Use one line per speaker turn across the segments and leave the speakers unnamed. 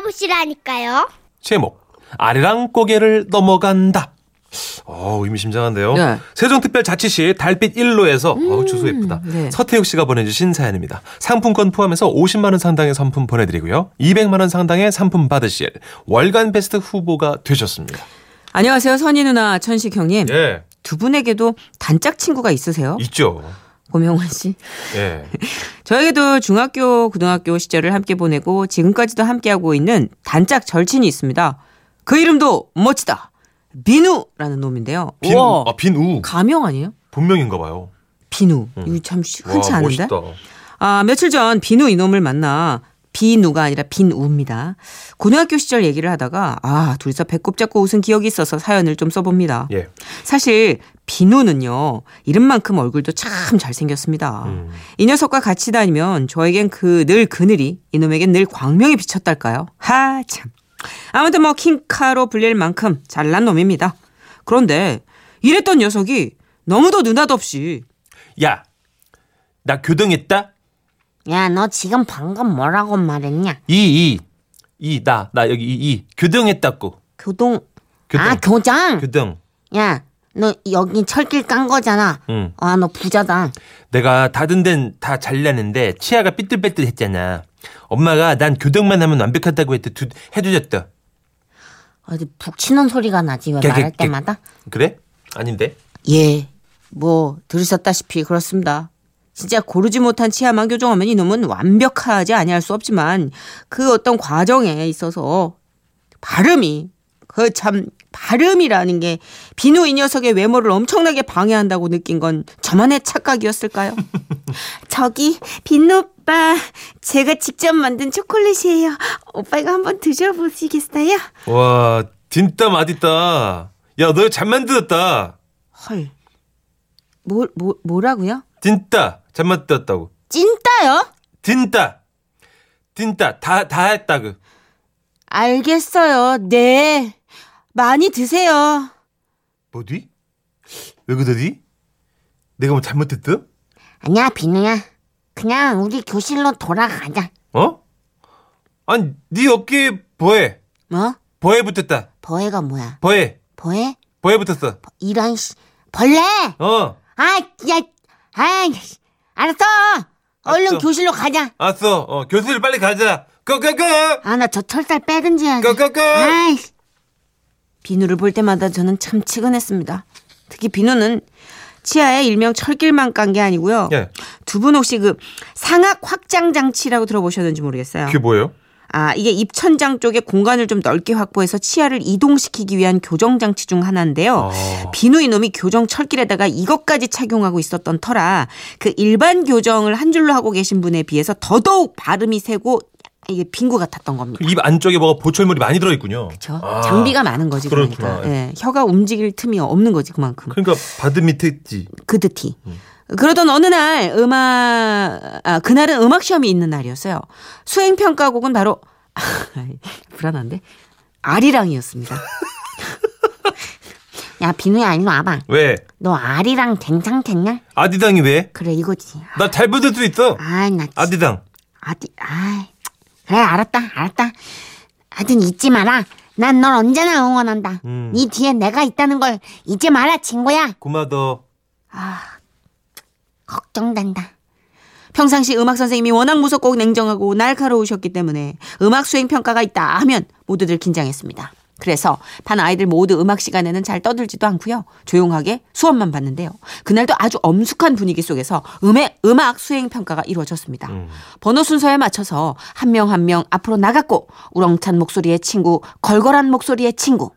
맞춰보시라니까요.
제목 아리랑 고개를 넘어간다. 어, 의미심장한데요.
네. 음,
세종특별자치시 달빛 1로에서 어우 주소 예쁘다.
네.
서태욱 씨가 보내주신 사연입니다. 상품권 포함해서 50만 원 상당의 선품 보내드리고요. 200만 원 상당의 상품 받으실 월간 베스트 후보가 되셨습니다.
안녕하세요. 선희 누나, 천식 형님.
예,
두 분에게도 단짝 친구가 있으세요?
있죠.
고명환 씨.
예,
저에게도 중학교, 고등학교 시절을 함께 보내고 지금까지도 함께하고 있는 단짝 절친이 있습니다. 그 이름도 멋지다. 비누라는 놈인데요.
빈,
우와,
아, 빈우
가명 아니에요?
본명인가 봐요.
비누. 이거 참 시- 흔치
음. 와,
않은데.
멋있다.
아, 며칠 전 비누 이놈을 만나 비누가 아니라 빈우입니다. 고등학교 시절 얘기를 하다가 아, 둘이서 배꼽 잡고 웃은 기억이 있어서 사연을 좀 써봅니다.
예,
사실 비누는요 이름만큼 얼굴도 참 잘생겼습니다.
음.
이 녀석과 같이 다니면 저에겐 그 늘 그늘이 이놈에겐 늘 광명이 비쳤달까요. 하 참. 아무튼 뭐 킹카로 불릴 만큼 잘난 놈입니다. 그런데 이랬던 녀석이 너무도 느닷없이
야, 나 교등했다.
야, 너 지금 방금 뭐라고 말했냐?
이, 이, 이, 나, 나 여기 이, 이 교등했다고.
교동.
교동.
아, 교장?
교등.
야, 너 여기 철길 깐 거잖아.
응.
아, 너 부자다.
내가 다든 데는 다 잘났는데 치아가 삐뚤빼뚤 했잖아. 엄마가 난 교정만 하면 완벽하다고 했더 두, 해주셨다.
아,
어디 북치는 소리가 나지, 왜
개, 개,
말할
개.
때마다?
그래? 아닌데?
예, 뭐 들으셨다시피 그렇습니다. 진짜 고르지 못한 치아만 교정하면 이놈은 완벽하지 아니할 수 없지만 그 어떤 과정에 있어서 발음이 그 참 발음이라는 게 비누 이 녀석의 외모를 엄청나게 방해한다고 느낀 건 저만의 착각이었을까요?
저기 빈노 오빠 제가 직접 만든 초콜릿이에요. 오빠 이거 한번 드셔보시겠어요?
와, 진짜 맛있다. 야, 너 잘 만들었다.
헐, 뭐, 뭐 뭐라고요?
진짜 잘 만들었다고.
찐따요?
진짜. 진짜 다, 다 했다고.
알겠어요. 네, 많이 드세요.
뭐디? 왜 그러디? 내가 뭐 잘못했어?
아니야, 비누야. 그냥 우리 교실로 돌아가자.
어? 아니, 네 어깨에 보해.
뭐?
보해 붙었다.
보혜가 뭐야?
보해.
보혜?
보해 붙었어.
이런 씨. 벌레!
어.
아, 야, 아, 씨. 알았어! 얼른
알았어.
교실로 가자.
알았어. 어, 교수님 빨리 가자. 꺼꺼꺼.
아, 나 저 철살 빼든지 해야지.
그, 꺼꺼꺼.
아이,
비누를 볼 때마다 저는 참 측은했습니다. 특히 비누는 치아에 일명 철길만 깐 게 아니고요.
예.
두 분 혹시 그 상악 확장 장치라고 들어보셨는지 모르겠어요.
그게 뭐예요?
아 이게 입천장 쪽에 공간을 좀 넓게 확보해서 치아를 이동시키기 위한 교정 장치 중 하나인데요.
아.
비누 이놈이 교정 철길에다가 이것까지 착용하고 있었던 터라 그 일반 교정을 한 줄로 하고 계신 분에 비해서 더더욱 발음이 세고 이게 빈구 같았던 겁니다.
그입 안쪽에 뭐가 보철물이 많이 들어있군요.
그렇죠.
아.
장비가 많은 거지 그러니까.
그렇구나.
예, 혀가 움직일 틈이 없는 거지 그만큼.
그러니까 바드 밑에 있지.
그듯이. 그러던 어느 날 음악 아 그날은 음악 시험이 있는 날이었어요. 수행 평가곡은 바로 불안한데 아리랑이었습니다.
야, 비누야, 일로 와봐.
왜?
너 알이랑 괜찮겠냐?
아디당이 왜?
그래 이거지.
나 잘 붙을 수 있어.
아이 나 아,
아디당.
아디 아 그래 알았다 알았다. 하여튼 잊지 마라. 난 널 언제나 응원한다.
음.
네 뒤에 내가 있다는 걸 잊지 마라 친구야.
고마워.
걱정된다.
평상시 음악 선생님이 워낙 무섭고 냉정하고 날카로우셨기 때문에 음악 수행 평가가 있다 하면 모두들 긴장했습니다. 그래서 반 아이들 모두 음악 시간에는 잘 떠들지도 않고요. 조용하게 수업만 봤는데요. 그날도 아주 엄숙한 분위기 속에서 음의 음악 수행 평가가 이루어졌습니다. 번호 순서에 맞춰서 한 명 한 명 앞으로 나갔고 우렁찬 목소리의 친구, 걸걸한 목소리의 친구,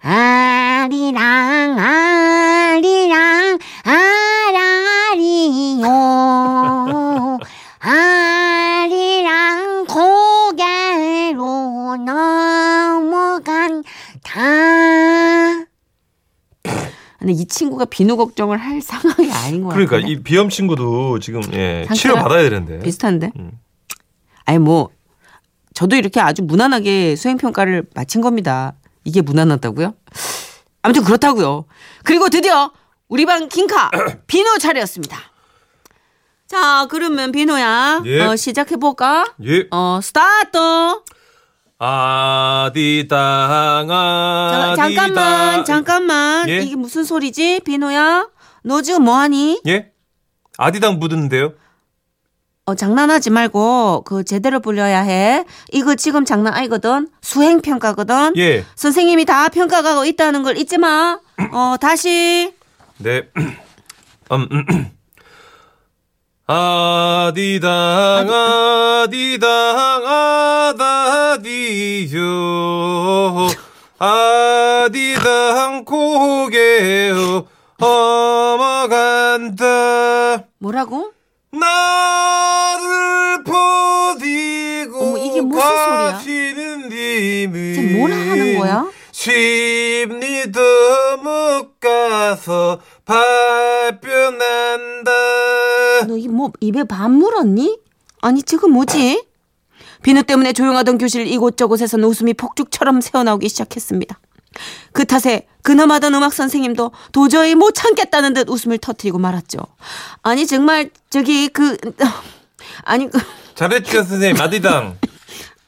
아리랑 아리랑 아라리요. 아리랑 고개로 넘어간 다.
근데 이 친구가 비누 걱정을 할 상황이 아닌 것 같아요.
그러니까 이 비염 친구도 지금 예,
상처가
치료 받아야 되는데.
비슷한데.
음.
아니 뭐 저도 이렇게 아주 무난하게 수행 평가를 마친 겁니다. 이게 무난하다고요? 아무튼 그렇다고요. 그리고 드디어 우리 반 킹카 비노 차례였습니다. 자, 그러면 비노야
예.
어, 시작해 볼까?
예.
어, 스타트.
아디당
잠-
아디당
잠깐만, 잠깐만.
예?
이게 무슨 소리지? 비노야? 너 지금 뭐하니?
예? 아디당 묻었는데요.
어, 장난하지 말고, 그, 제대로 불려야 해. 이거 지금 장난 아니거든? 수행평가거든?
예.
선생님이 다 평가하고 있다는 걸 잊지 마. 어, 다시.
네. 음, 음, 음. 아디당 아디당 아다디요 아디당 고개요 넘어간다
뭐라고?
나를 버리고
어머, 이게 무슨 소리야?
가시는 님이
지금 뭐라 하는 거야?
십리도 못 가서 발표난다
너 이 뭐 입에 밥 물었니? 아니 지금 뭐지? 비누 때문에 조용하던 교실 이곳저곳에선 웃음이 폭죽처럼 새어나오기 시작했습니다. 그 탓에 근엄하던 음악 선생님도 도저히 못 참겠다는 듯 웃음을 터뜨리고 말았죠. 아니 정말 저기 그 아니 그
잘했죠 선생님 아디당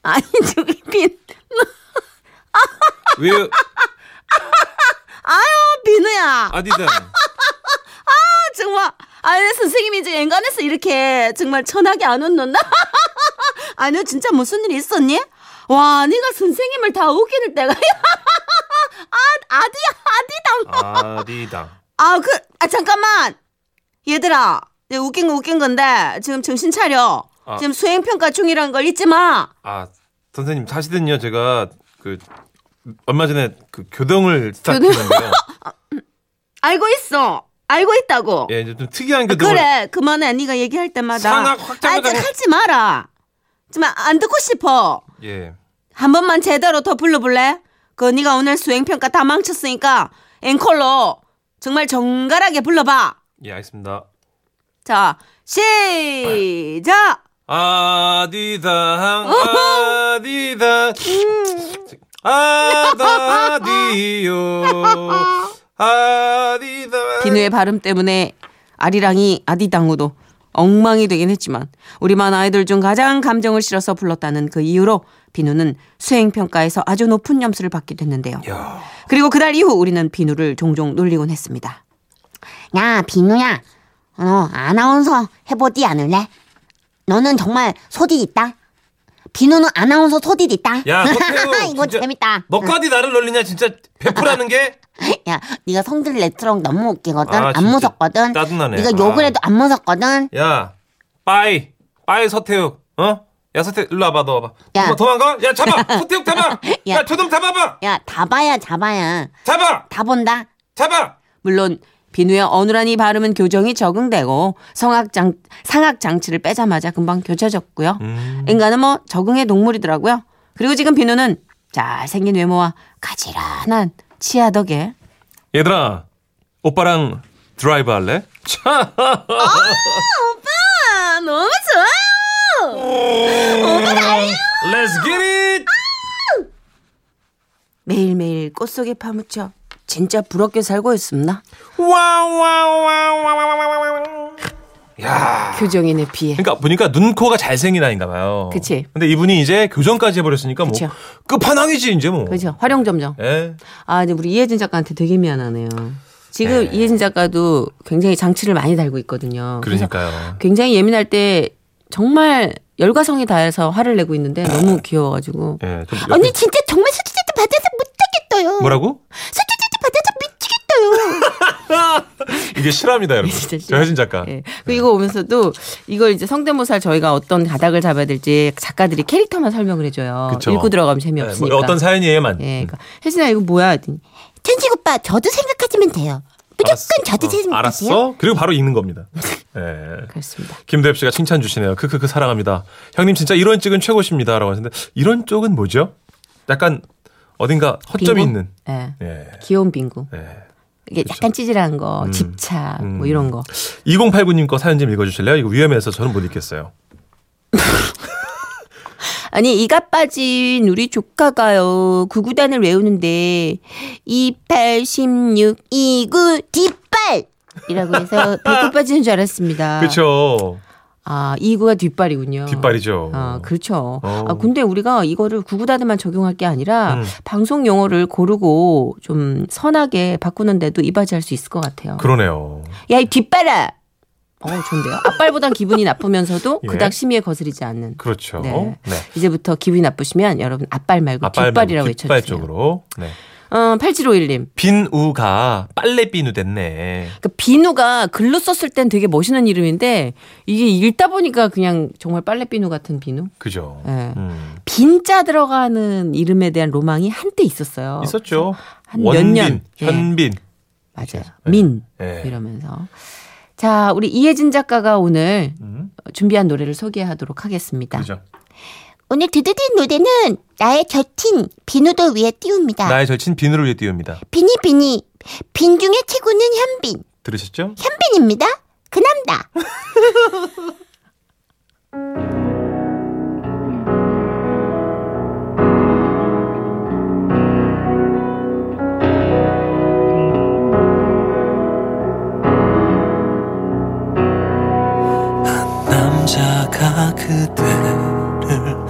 아니 저기 빈 어,
왜요
비누야.
아디당
정말 아니 선생님이 이제 엔간에서 이렇게 정말 천하게 안 웃는다. 아니 진짜 무슨 일 있었니? 와 네가 선생님을 다 우기는 때가 아 아디 아디당
아디당
아그 아, 잠깐만 얘들아 내가 웃긴 건 웃긴 건데 지금 정신 차려
아.
지금 수행 평가 중이라는 걸 잊지 마.
아 선생님 사실은요 제가 그 얼마 전에 그 교동을 시작했는데요
알고 있어 알고 있다고.
예 이제 좀 특이한 교동을
그래 그만해 네가 얘기할 때마다
상악 확
아,
잡아다가-
하지 마라. 정말 안 듣고 싶어.
예
한 번만 제대로 더 불러볼래? 그 네가 오늘 수행평가 다 망쳤으니까 앵콜로 정말 정갈하게 불러봐.
예, 알겠습니다.
자, 시작!
아디당
어?
아디당 아다디요 아디당
비누의 발음 때문에 아리랑이 아디당우도 엉망이 되긴 했지만 우리만 아이들 중 가장 감정을 실어서 불렀다는 그 이유로 비누는 수행평가에서 아주 높은 점수를 받기도 했는데요.
야,
그리고 그날 이후 우리는 비누를 종종 놀리곤 했습니다.
야 비누야 너 아나운서 해보지 않을래? 너는 정말 소질 있다 비누는 아나운서 소질 있다
야, 서태후,
이거
진짜
재밌다
너까지 나를 놀리냐 진짜 베프라는 게?
야 네가 성질 내트렁 너무 웃기거든
아,
안
진짜
무섭거든
짜증나네.
네가 욕을
아.
해도 안 무섭거든
야, 빠이, 빠이 서태욱, 어? 야 서태, 일로 와봐, 너 와봐.
야.
도망- 도망가? 야 잡아, 서태욱 잡아.
야.
야 저놈 잡아봐,
야 다 봐야 잡아야
잡아,
다 본다
잡아.
물론 비누의 어눌하니 발음은 교정이 적응되고 성악장 상악 장치를 빼자마자 금방 교체졌고요. 인간은 뭐 적응의 동물이더라고요. 그리고 지금 비누는 잘생긴 외모와 가지런한 치아 덕에
얘들아, 오빠랑 드라이브 할래?
아 너무 좋아요.
Let's get it!
매일매일 꽃 속에 파묻혀 진짜 부럽게 살고 있습니다.
와와와와와와와와. 야.
교정인의 비해
그러니까 보니까 눈, 코가 잘생긴 아인가 봐요.
그치.
근데 이분이 이제 교정까지 해버렸으니까 뭐
그쵸.
끝판왕이지 이제 뭐.
그렇죠. 활용 점정.
예.
아, 근데 우리 이혜진 작가한테 되게 미안하네요. 지금 이혜진 작가도 굉장히 장치를 많이 달고 있거든요. 그래서
그러니까요.
굉장히 예민할 때 정말 열과성이 다해서 화를 내고 있는데
네.
너무 귀여워가지고.
예. 좀 옆에-
언니 진짜 정말 소질제트 받아서 못하겠어요
뭐라고?
소질제트 받아서 미치겠어요
이게 실화입니다, 여러분.
진짜 실화.
저 혜진 작가.
예. 그리고 이거 오면서도 이걸 이제 성대모사를 저희가 어떤 가닥을 잡아야 될지 작가들이 캐릭터만 설명을 해줘요.
그쵸.
읽고 들어가면
예,
재미없으니까.
뭐 어떤 사연이에만.
예, 그러니까 혜진아 이거 뭐야? 했더니
천식 오빠 저도 생각하시면 돼요 무조건 저도 생각하세요
알았어. 그리고 바로 읽는 겁니다. 예.
그렇습니다.
김대엽 씨가 칭찬 주시네요. 크크크 사랑합니다. 형님 진짜 이런 쪽은 최고십니다라고 하셨는데 이런 쪽은 뭐죠? 약간 어딘가 허점이
빙고?
있는.
예.
예.
귀여운 빙구.
예.
이게 약간 찌질한 거,
음.
집착, 뭐 이런 거.
2089님 거 사연 좀 읽어주실래요? 이거 위험해서 저는 못 읽겠어요.
아니 이가 빠진 우리 조카가요 그 구구단을 외우는데 2816 29 뒷발이라고 해서 배꼽 빠지는 줄 알았습니다.
그렇죠.
아, 2구가 뒷발이군요.
뒷발이죠.
아, 그렇죠.
어.
아, 근데 우리가 이거를 구구다드만 적용할 게 아니라
음.
방송 용어를 고르고 좀 선하게 바꾸는데도 이바지할 수 있을 것 같아요.
그러네요.
야, 이 뒷발아! 어, 좋은데요. 앞발보단 기분이 나쁘면서도
예.
그닥 심의에 거스르지 않는.
그렇죠.
네.
네.
이제부터 기분이 나쁘시면 여러분 앞발 말고
앞발
뒷발이라고
말고
외쳐주세요.
뒷발 쪽으로. 네.
어, 8751님.
빈우가 빨래 비누 됐네.
그 비누가 글로 썼을 땐 되게 멋있는 이름인데 이게 읽다 보니까 그냥 정말 빨래 비누 같은 비누.
그죠.
네.
음.
빈자 들어가는 이름에 대한 로망이 한때 있었어요.
있었죠.
한몇
원빈,
년. 예.
현빈.
맞아요. 민
예.
이러면서 자 우리 이혜진 작가가 오늘
음,
준비한 노래를 소개하도록 하겠습니다.
그죠.
오늘 드드딘 노래는 나의 절친 비누도 위에 띄웁니다.
나의 절친 비누를 위해 띄웁니다.
비니 비니 빈 중에 최고는 현빈
들으셨죠?
현빈입니다. 그남다.
남자가 그대를 그